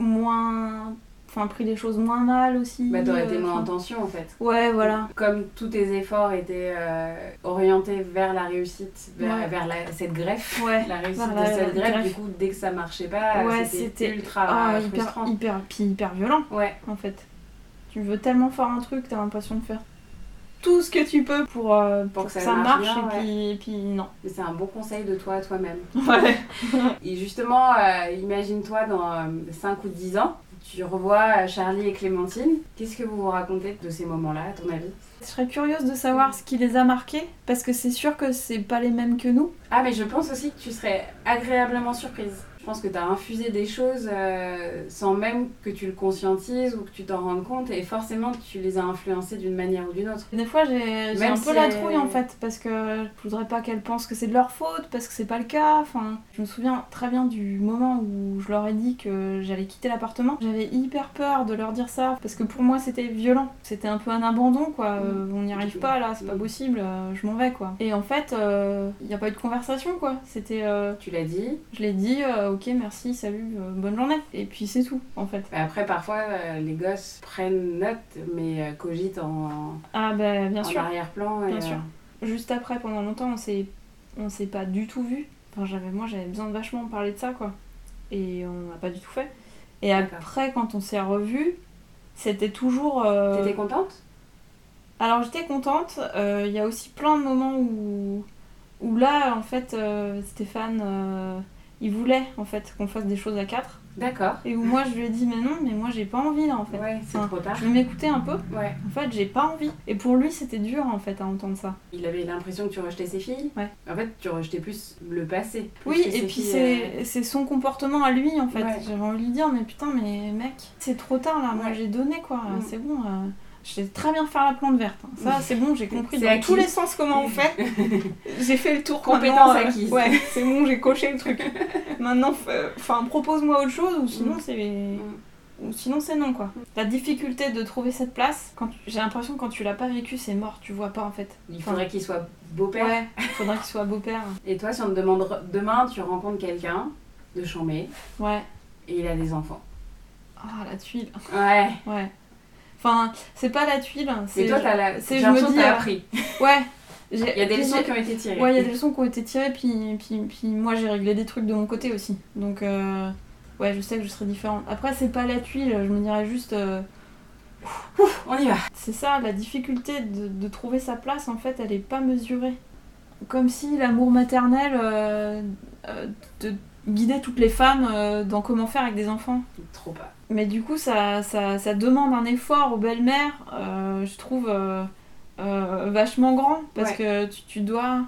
Speaker 4: moins. Enfin, pris les choses moins mal aussi.
Speaker 1: Bah t'aurais été
Speaker 4: euh,
Speaker 1: moins en
Speaker 4: enfin,
Speaker 1: tension en fait.
Speaker 4: Ouais, voilà.
Speaker 1: Comme tous tes efforts étaient euh, orientés vers la réussite, vers,
Speaker 4: Ouais.
Speaker 1: vers la- cette greffe.
Speaker 4: Ouais.
Speaker 1: La réussite
Speaker 4: Vers la-
Speaker 1: de cette
Speaker 4: la
Speaker 1: greffe,
Speaker 4: greffe.
Speaker 1: du coup, dès que ça marchait pas,
Speaker 4: Ouais,
Speaker 1: c'était
Speaker 4: c'était-
Speaker 1: ultra
Speaker 4: Ah,
Speaker 1: euh,
Speaker 4: hyper,
Speaker 1: frustrant.
Speaker 4: hyper, puis hyper violent.
Speaker 1: Ouais,
Speaker 4: en fait. Tu veux tellement faire un truc, t'as l'impression de faire tout ce que tu peux pour, euh, pour, que, ça, marche,
Speaker 1: bien,
Speaker 4: et, puis, et puis non.
Speaker 1: mais c'est un bon conseil de toi à toi-même.
Speaker 4: Ouais.
Speaker 1: Et justement, euh, imagine-toi dans 5 ou 10 ans, tu revois euh, Charlie et Clémentine. Qu'est-ce que vous vous racontez de ces moments-là, à ton avis
Speaker 4: Je serais curieuse de savoir ce qui les a marqués, parce que c'est sûr que c'est pas les mêmes que nous.
Speaker 1: Ah, mais je pense aussi que tu serais agréablement surprise. Je pense que tu as infusé des choses euh, sans même que tu le conscientises ou que tu t'en rendes compte, et forcément, tu les as influencées d'une manière ou d'une autre.
Speaker 4: Des fois, j'ai j'ai
Speaker 1: Même
Speaker 4: un
Speaker 1: si
Speaker 4: peu la
Speaker 1: elle-
Speaker 4: trouille en fait, parce que je voudrais pas qu'elles pensent que c'est de leur faute, parce que c'est pas le cas. Enfin, je me souviens très bien du moment où je leur ai dit que j'allais quitter l'appartement. J'avais hyper peur de leur dire ça, parce que pour moi c'était violent. C'était un peu un abandon quoi.
Speaker 1: Mm.
Speaker 4: Euh, on n'y arrive pas là, c'est pas
Speaker 1: Mm.
Speaker 4: possible, euh, je m'en vais quoi. Et en fait, il n'y a pas eu de conversation quoi. C'était. euh,
Speaker 1: Tu l'as dit.
Speaker 4: je l'ai dit, euh, ok, merci, salut, euh, bonne journée. Et puis c'est tout en fait.
Speaker 1: Mais Après, parfois, euh, les gosses prennent note, mais euh, cogitent en,
Speaker 4: Ah bah bien
Speaker 1: en
Speaker 4: sûr.
Speaker 1: arrière-plan. et,
Speaker 4: Bien sûr.
Speaker 1: euh,
Speaker 4: juste après pendant longtemps on s'est on s'est pas du tout vu enfin j'avais moi j'avais besoin de vachement parler de ça quoi et on n'a pas du tout fait et
Speaker 1: D'accord.
Speaker 4: après quand on s'est revu c'était toujours euh,
Speaker 1: T'étais contente
Speaker 4: alors j'étais contente Euh, il y a aussi plein de moments où où là en fait euh, Stéphane euh, il voulait en fait qu'on fasse des choses à quatre
Speaker 1: D'accord.
Speaker 4: Et où moi je lui ai dit mais non, mais moi j'ai pas envie là en fait.
Speaker 1: Ouais, c'est
Speaker 4: Enfin,
Speaker 1: trop tard.
Speaker 4: Je vais m'écouter un peu.
Speaker 1: Ouais.
Speaker 4: En fait, j'ai pas envie. Et pour lui, c'était dur en fait à entendre ça.
Speaker 1: Il avait l'impression que tu rejetais ses filles.
Speaker 4: Ouais.
Speaker 1: En fait, tu rejetais plus le passé. plus
Speaker 4: Oui,
Speaker 1: que ses
Speaker 4: et puis
Speaker 1: filles, euh,
Speaker 4: c'est c'est son comportement à lui en fait.
Speaker 1: Ouais.
Speaker 4: J'avais envie de lui dire, mais putain, mais mec, c'est trop tard là, moi
Speaker 1: Ouais.
Speaker 4: j'ai donné quoi,
Speaker 1: Mm.
Speaker 4: c'est bon. euh, Je sais très bien faire la plante verte. hein. Ça, c'est bon, j'ai compris
Speaker 1: C'est
Speaker 4: dans
Speaker 1: acquis.
Speaker 4: tous les sens comment on fait. J'ai fait le tour.
Speaker 1: Compétence
Speaker 4: maintenant, euh,
Speaker 1: acquise.
Speaker 4: Ouais, c'est bon, j'ai coché le truc. maintenant, f- euh, enfin, propose-moi autre chose ou sinon
Speaker 1: Mm.
Speaker 4: c'est
Speaker 1: Mm.
Speaker 4: ou sinon c'est non quoi. La difficulté de trouver cette place, quand tu- j'ai l'impression que quand tu l'as pas vécu, c'est mort, tu vois pas en fait.
Speaker 1: Il faudrait qu'il soit beau-père.
Speaker 4: Ouais, faudrait qu'il soit beau-père.
Speaker 1: Et toi, si on te demande demain, tu rencontres quelqu'un de chambé
Speaker 4: Ouais.
Speaker 1: et il a des enfants.
Speaker 4: Ah la tuile.
Speaker 1: Ouais.
Speaker 4: Ouais. Enfin, c'est pas la tuile, hein,
Speaker 1: Mais
Speaker 4: c'est.
Speaker 1: toi, t'as la...
Speaker 4: c'est-
Speaker 1: j'ai
Speaker 4: je me
Speaker 1: l'impression que
Speaker 4: dis,
Speaker 1: t'as
Speaker 4: euh,
Speaker 1: appris.
Speaker 4: Ouais. Il
Speaker 1: Il y a des leçons qui ont été tirées.
Speaker 4: Ouais, il y a des leçons qui ont été tirées, puis, puis, puis moi j'ai réglé des trucs de mon côté aussi. Donc, euh, ouais, je sais que je serai différente. Après, c'est pas la tuile, je me dirais juste. euh,
Speaker 1: On y va.
Speaker 4: c'est ça, la difficulté de, de trouver sa place, en fait, elle est pas mesurée. Comme si l'amour maternel euh, euh, te guidait toutes les femmes euh, dans comment faire avec des enfants.
Speaker 1: Trop pas.
Speaker 4: Mais du coup, ça, ça, ça demande un effort aux belles-mères, euh, je trouve, euh, euh, vachement grand. Parce
Speaker 1: Ouais.
Speaker 4: que tu, tu dois,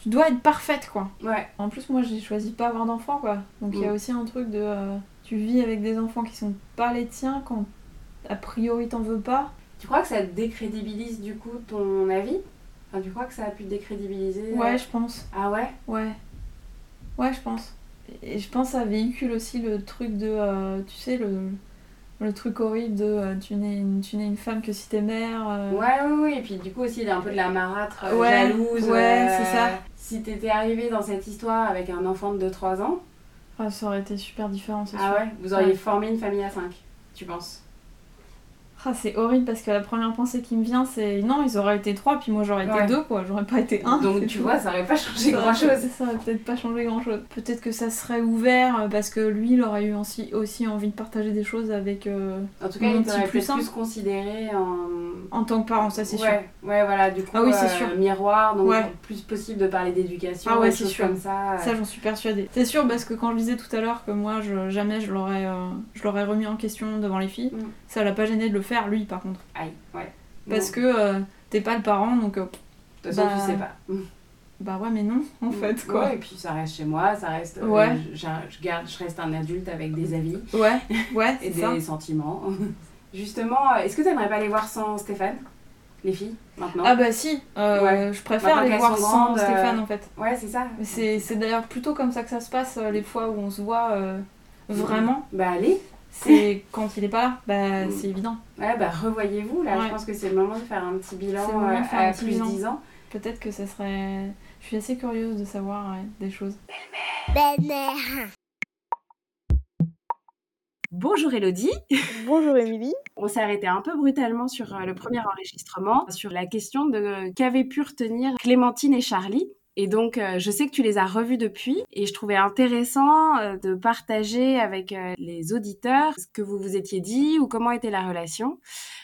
Speaker 4: tu dois être parfaite, quoi.
Speaker 1: Ouais.
Speaker 4: En plus, moi, j'ai choisi de pas avoir d'enfants, quoi. Donc, il y a
Speaker 1: Mm.
Speaker 4: aussi un truc de... euh, tu vis avec des enfants qui sont pas les tiens quand, a priori, t'en veux pas.
Speaker 1: Tu crois que ça décrédibilise du coup ton avis Enfin, tu crois que ça a pu te décrédibiliser euh,
Speaker 4: Ouais, je pense.
Speaker 1: Ah ouais
Speaker 4: Ouais. Ouais, je pense. Et je pense que ça véhicule aussi le truc de... euh, tu sais, le, le truc horrible de... euh, tu n'es une, tu n'es une femme que si t'es mère. euh,
Speaker 1: Ouais, oui, oui. Et puis du coup aussi, il est un peu de la marâtre euh,
Speaker 4: Ouais,
Speaker 1: jalouse.
Speaker 4: ouais,
Speaker 1: euh,
Speaker 4: c'est ça.
Speaker 1: Si t'étais arrivée dans cette histoire avec un enfant de 2-3 ans,
Speaker 4: Ah, ça aurait été super différent, c'est
Speaker 1: ah
Speaker 4: sûr.
Speaker 1: ouais, vous auriez
Speaker 4: Ouais.
Speaker 1: formé une famille à 5, tu penses
Speaker 4: Ah, c'est horrible parce que la première pensée qui me vient, c'est non, ils auraient été trois, puis moi j'aurais
Speaker 1: Ouais.
Speaker 4: été deux, quoi. J'aurais pas été un.
Speaker 1: Donc
Speaker 4: Ah, c'est
Speaker 1: tu
Speaker 4: tout.
Speaker 1: vois, ça aurait pas changé
Speaker 4: Ça
Speaker 1: grand
Speaker 4: aurait-
Speaker 1: chose.
Speaker 4: Ça aurait peut-être pas changé grand chose. Peut-être que ça serait ouvert euh, parce que lui, il aurait eu aussi, aussi envie de partager des choses avec. euh,
Speaker 1: En tout cas,
Speaker 4: Mon
Speaker 1: il
Speaker 4: petit
Speaker 1: t'aurait
Speaker 4: plus
Speaker 1: plus,
Speaker 4: simple.
Speaker 1: plus considéré en.
Speaker 4: en tant que parent, ça c'est sûr.
Speaker 1: Ouais, ouais, voilà, du coup,
Speaker 4: Ah oui, c'est
Speaker 1: euh,
Speaker 4: sûr.
Speaker 1: miroir, donc
Speaker 4: Ouais.
Speaker 1: plus possible de parler d'éducation,
Speaker 4: Ah ouais,
Speaker 1: des
Speaker 4: c'est
Speaker 1: choses
Speaker 4: sûr.
Speaker 1: comme ça.
Speaker 4: Ça, j'en suis persuadée. C'est sûr parce que quand je disais tout à l'heure que moi, je- jamais je l'aurais euh, je l'aurais remis en question devant les filles,
Speaker 1: Mm.
Speaker 4: ça l'a pas gêné de le faire, lui, par contre.
Speaker 1: Aïe, ouais.
Speaker 4: Parce
Speaker 1: Non,
Speaker 4: que euh, t'es pas le parent, donc euh,
Speaker 1: De toute façon,
Speaker 4: bah,
Speaker 1: tu sais pas.
Speaker 4: bah ouais, mais non,
Speaker 1: Mm.
Speaker 4: en fait, quoi.
Speaker 1: Ouais, et puis ça reste chez moi, ça reste. euh,
Speaker 4: Ouais.
Speaker 1: je, je garde, je reste un adulte avec des avis
Speaker 4: Ouais, ouais,
Speaker 1: et
Speaker 4: c'est
Speaker 1: des
Speaker 4: ça.
Speaker 1: sentiments. Justement, euh, est-ce que t'aimerais pas les voir sans Stéphane Les filles, maintenant
Speaker 4: Ah bah si, euh,
Speaker 1: Ouais.
Speaker 4: je préfère
Speaker 1: Maintenant
Speaker 4: les
Speaker 1: qu'elles
Speaker 4: voir
Speaker 1: sont
Speaker 4: sans
Speaker 1: grandes, euh,
Speaker 4: Stéphane en fait.
Speaker 1: Ouais, c'est ça.
Speaker 4: Mais C'est c'est d'ailleurs plutôt comme ça que ça se passe euh, les fois où on se voit euh, vraiment.
Speaker 1: Bah, allez.
Speaker 4: C'est quand il est pas là, bah
Speaker 1: Mm.
Speaker 4: c'est évident.
Speaker 1: Ouais, bah, revoyez-vous, là.
Speaker 4: Ouais.
Speaker 1: Je pense que c'est le moment de faire un petit bilan
Speaker 4: C'est le moment de
Speaker 1: euh,
Speaker 4: faire
Speaker 1: à
Speaker 4: un petit
Speaker 1: plus de
Speaker 4: bilan.
Speaker 1: 10 ans.
Speaker 4: Peut-être que ça serait... Je suis assez curieuse de savoir ouais, des choses.
Speaker 3: belle-mère.
Speaker 7: Bonjour Elodie
Speaker 3: Bonjour Émilie.
Speaker 7: On s'est arrêté un peu brutalement sur euh, le premier enregistrement, sur la question de euh, qu'avaient pu retenir Clémentine et Charlie. Et donc, euh, je sais que tu les as revus depuis, et je trouvais intéressant euh, de partager avec euh, les auditeurs ce que vous vous étiez dit ou comment était la relation.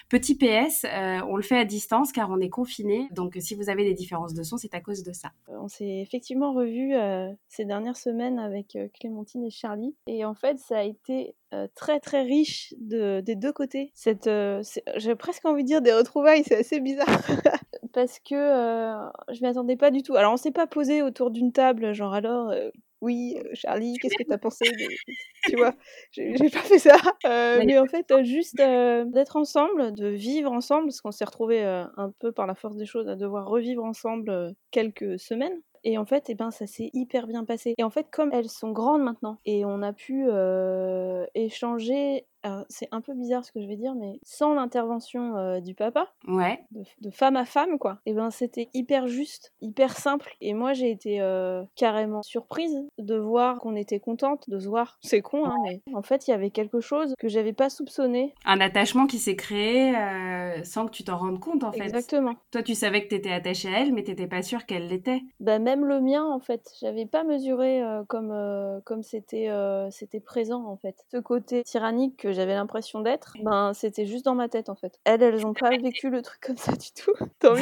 Speaker 7: Petit PS, euh, on le fait à distance car on est confiné, donc euh, si vous avez des différences de son, c'est à cause de ça.
Speaker 8: Euh, On s'est effectivement revus euh, ces dernières semaines avec euh, Clémentine et Charlie. Et en fait, ça a été euh, très très riche de- des deux côtés. Cette, euh, c'est- J'ai presque envie de dire des retrouvailles, c'est assez bizarre. Parce que euh, je m'y attendais pas du tout. Alors, on s'est pas posé autour d'une table, genre alors, euh, oui, euh, Charlie, qu'est-ce que t'as pensé de- Tu vois, j'ai j'ai pas fait ça. Euh,
Speaker 7: Ouais.
Speaker 8: mais en fait, euh, juste euh, d'être ensemble, de vivre ensemble, parce qu'on s'est retrouvés euh, un peu par la force des choses à devoir revivre ensemble euh, quelques semaines. Et en fait, eh ben, ça s'est hyper bien passé. Et en fait, comme elles sont grandes maintenant, et on a pu euh, échanger, alors, c'est un peu bizarre ce que je vais dire, mais sans l'intervention euh, du papa,
Speaker 7: Ouais.
Speaker 8: de, de femme à femme, quoi. Et ben c'était hyper juste, hyper simple. Et moi j'ai été euh, carrément surprise de voir qu'on était contente, de se voir. C'est con, hein, mais en fait il y avait quelque chose que j'avais pas soupçonné.
Speaker 7: Un attachement qui s'est créé euh, sans que tu t'en rendes compte, en fait.
Speaker 8: Exactement.
Speaker 7: Toi, tu savais que t'étais attachée à elle, mais t'étais pas sûre qu'elle l'était.
Speaker 8: Bah même le mien en fait, j'avais pas mesuré euh, comme euh, comme c'était euh, c'était présent en fait. Ce côté tyrannique que j'avais l'impression d'être, ben c'était juste dans ma tête en fait. Elles, elles ont pas vécu le truc comme ça du tout. Tant mieux.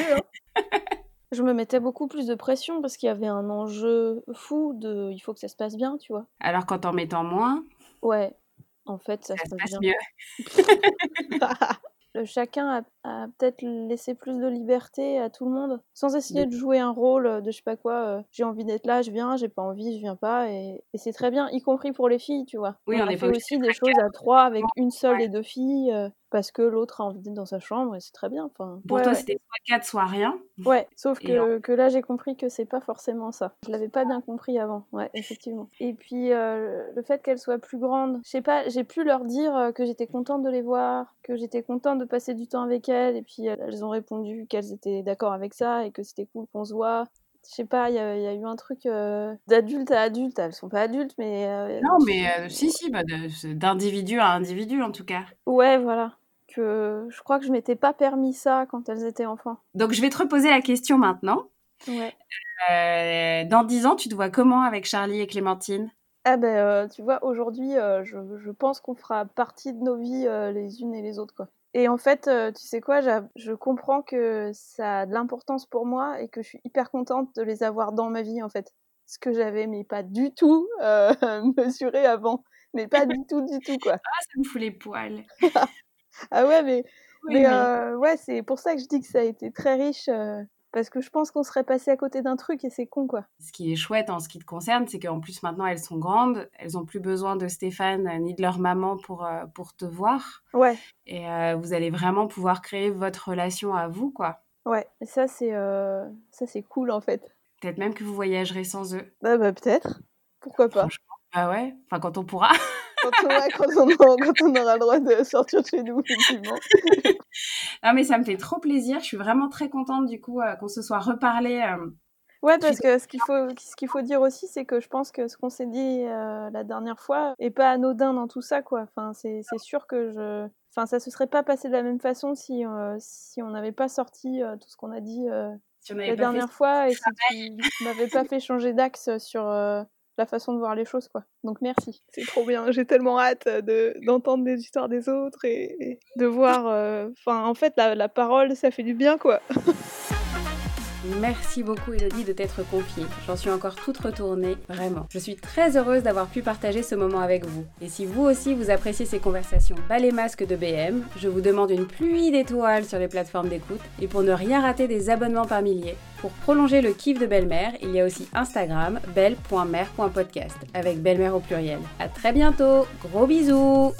Speaker 8: hein. Je me mettais beaucoup plus de pression parce qu'il y avait un enjeu fou de il faut que ça se passe bien, tu vois.
Speaker 7: Alors qu'en t'en mettant moins,
Speaker 8: Ouais. En fait, ça,
Speaker 1: Ça
Speaker 8: se
Speaker 1: se
Speaker 8: passe
Speaker 1: passe
Speaker 8: bien.
Speaker 1: mieux.
Speaker 8: Le- Chacun a, a peut-être laissé plus de liberté à tout le monde, sans essayer de jouer un rôle de je sais pas quoi. euh, j'ai envie d'être là, je viens. J'ai pas envie, je viens pas. Et, et c'est très bien, y compris pour les filles, tu vois.
Speaker 1: Oui, on
Speaker 8: a
Speaker 1: n'est
Speaker 8: fait
Speaker 1: pas obligé
Speaker 8: aussi
Speaker 1: de
Speaker 8: des
Speaker 1: faire
Speaker 8: choses à trois avec une seule
Speaker 1: Ouais.
Speaker 8: et deux filles euh, parce que l'autre a envie d'être dans sa chambre et c'est très bien. Enfin,
Speaker 1: Pour
Speaker 8: ouais,
Speaker 1: toi,
Speaker 8: ouais.
Speaker 1: c'était soit 4, soit rien.
Speaker 8: Ouais, sauf
Speaker 1: Et
Speaker 8: que, que là j'ai compris que c'est pas forcément ça. Je l'avais pas bien compris avant, ouais, effectivement. Et puis euh, le fait qu'elles soient plus grandes, je sais pas, j'ai pu leur dire euh, que j'étais contente de les voir, que j'étais contente de passer du temps avec elles, et puis euh, elles ont répondu qu'elles étaient d'accord avec ça et que c'était cool qu'on se voit. Je sais pas, il y, a- il y a eu un truc euh, d'adulte à adulte. Elles sont pas adultes, mais. euh,
Speaker 1: Non, mais euh, si, si, bah, de- c'est d'individu à individu en tout cas.
Speaker 8: Ouais, voilà. Que je crois que je m'étais pas permis ça quand elles étaient enfants.
Speaker 1: Donc, je vais te reposer la question maintenant.
Speaker 8: Ouais.
Speaker 1: Euh, dans 10 ans, tu te vois comment avec Charlie et Clémentine
Speaker 8: Ah ben, euh, tu vois, aujourd'hui, euh, je, je pense qu'on fera partie de nos vies euh, les unes et les autres, quoi. Et en fait, euh, tu sais quoi, j'a- je comprends que ça a de l'importance pour moi et que je suis hyper contente de les avoir dans ma vie, en fait. Ce que j'avais, mais pas du tout euh, mesuré avant. Mais pas du tout, du tout, quoi.
Speaker 1: Ah, ça me fout les poils.
Speaker 8: Ah ouais, mais,
Speaker 1: Oui,
Speaker 8: mais,
Speaker 1: mais-
Speaker 8: euh, ouais, c'est pour ça que je dis que ça a été très riche, euh, parce que je pense qu'on serait passé à côté d'un truc et c'est con, quoi.
Speaker 1: Ce qui est chouette en ce qui te concerne, c'est qu'en plus maintenant elles sont grandes, elles n'ont plus besoin de Stéphane euh, ni de leur maman pour, euh, pour te voir.
Speaker 8: Ouais.
Speaker 1: Et euh, vous allez vraiment pouvoir créer votre relation à vous, quoi.
Speaker 8: Ouais, et ça, c'est euh, ça, c'est cool, en fait.
Speaker 1: Peut-être même que vous voyagerez sans eux.
Speaker 8: Ah bah peut-être. Pourquoi pas
Speaker 1: Franchement. Ah ouais Enfin, quand on pourra.
Speaker 8: quand on, ouais, quand on aura, quand on aura le droit de sortir de chez nous, effectivement.
Speaker 1: Ah mais ça me fait trop plaisir. Je suis vraiment très contente du coup euh, qu'on se soit reparlé. euh,
Speaker 8: Ouais,
Speaker 1: Je suis
Speaker 8: parce que ce qu'il faut, ce qu'il faut dire aussi, c'est que je pense que ce qu'on s'est dit euh, la dernière fois est pas anodin dans tout ça, quoi. Enfin, c'est c'est sûr que je. Enfin, ça se serait pas passé de la même façon si, euh, si on n'avait pas sorti euh, tout ce qu'on a dit euh,
Speaker 1: si on avait
Speaker 8: la
Speaker 1: pas fait
Speaker 8: dernière fois et si tu m'avais pas fait changer d'axe sur euh, la façon de voir les choses, quoi. Donc merci. C'est trop bien. J'ai tellement hâte euh, de d'entendre les histoires des autres et, et de voir. euh, Enfin, en fait, la, la parole, ça fait du bien, quoi.
Speaker 7: Merci beaucoup Elodie de t'être confiée. J'en suis encore toute retournée, vraiment. Je suis très heureuse d'avoir pu partager ce moment avec vous. Et si vous aussi vous appréciez ces conversations bas les masques de BM, je vous demande une pluie d'étoiles sur les plateformes d'écoute et pour ne rien rater des abonnements par milliers. Pour prolonger le kiff de belle-mère, il y a aussi Instagram belle.mère.podcast avec belle-mère au pluriel. À très bientôt, gros bisous.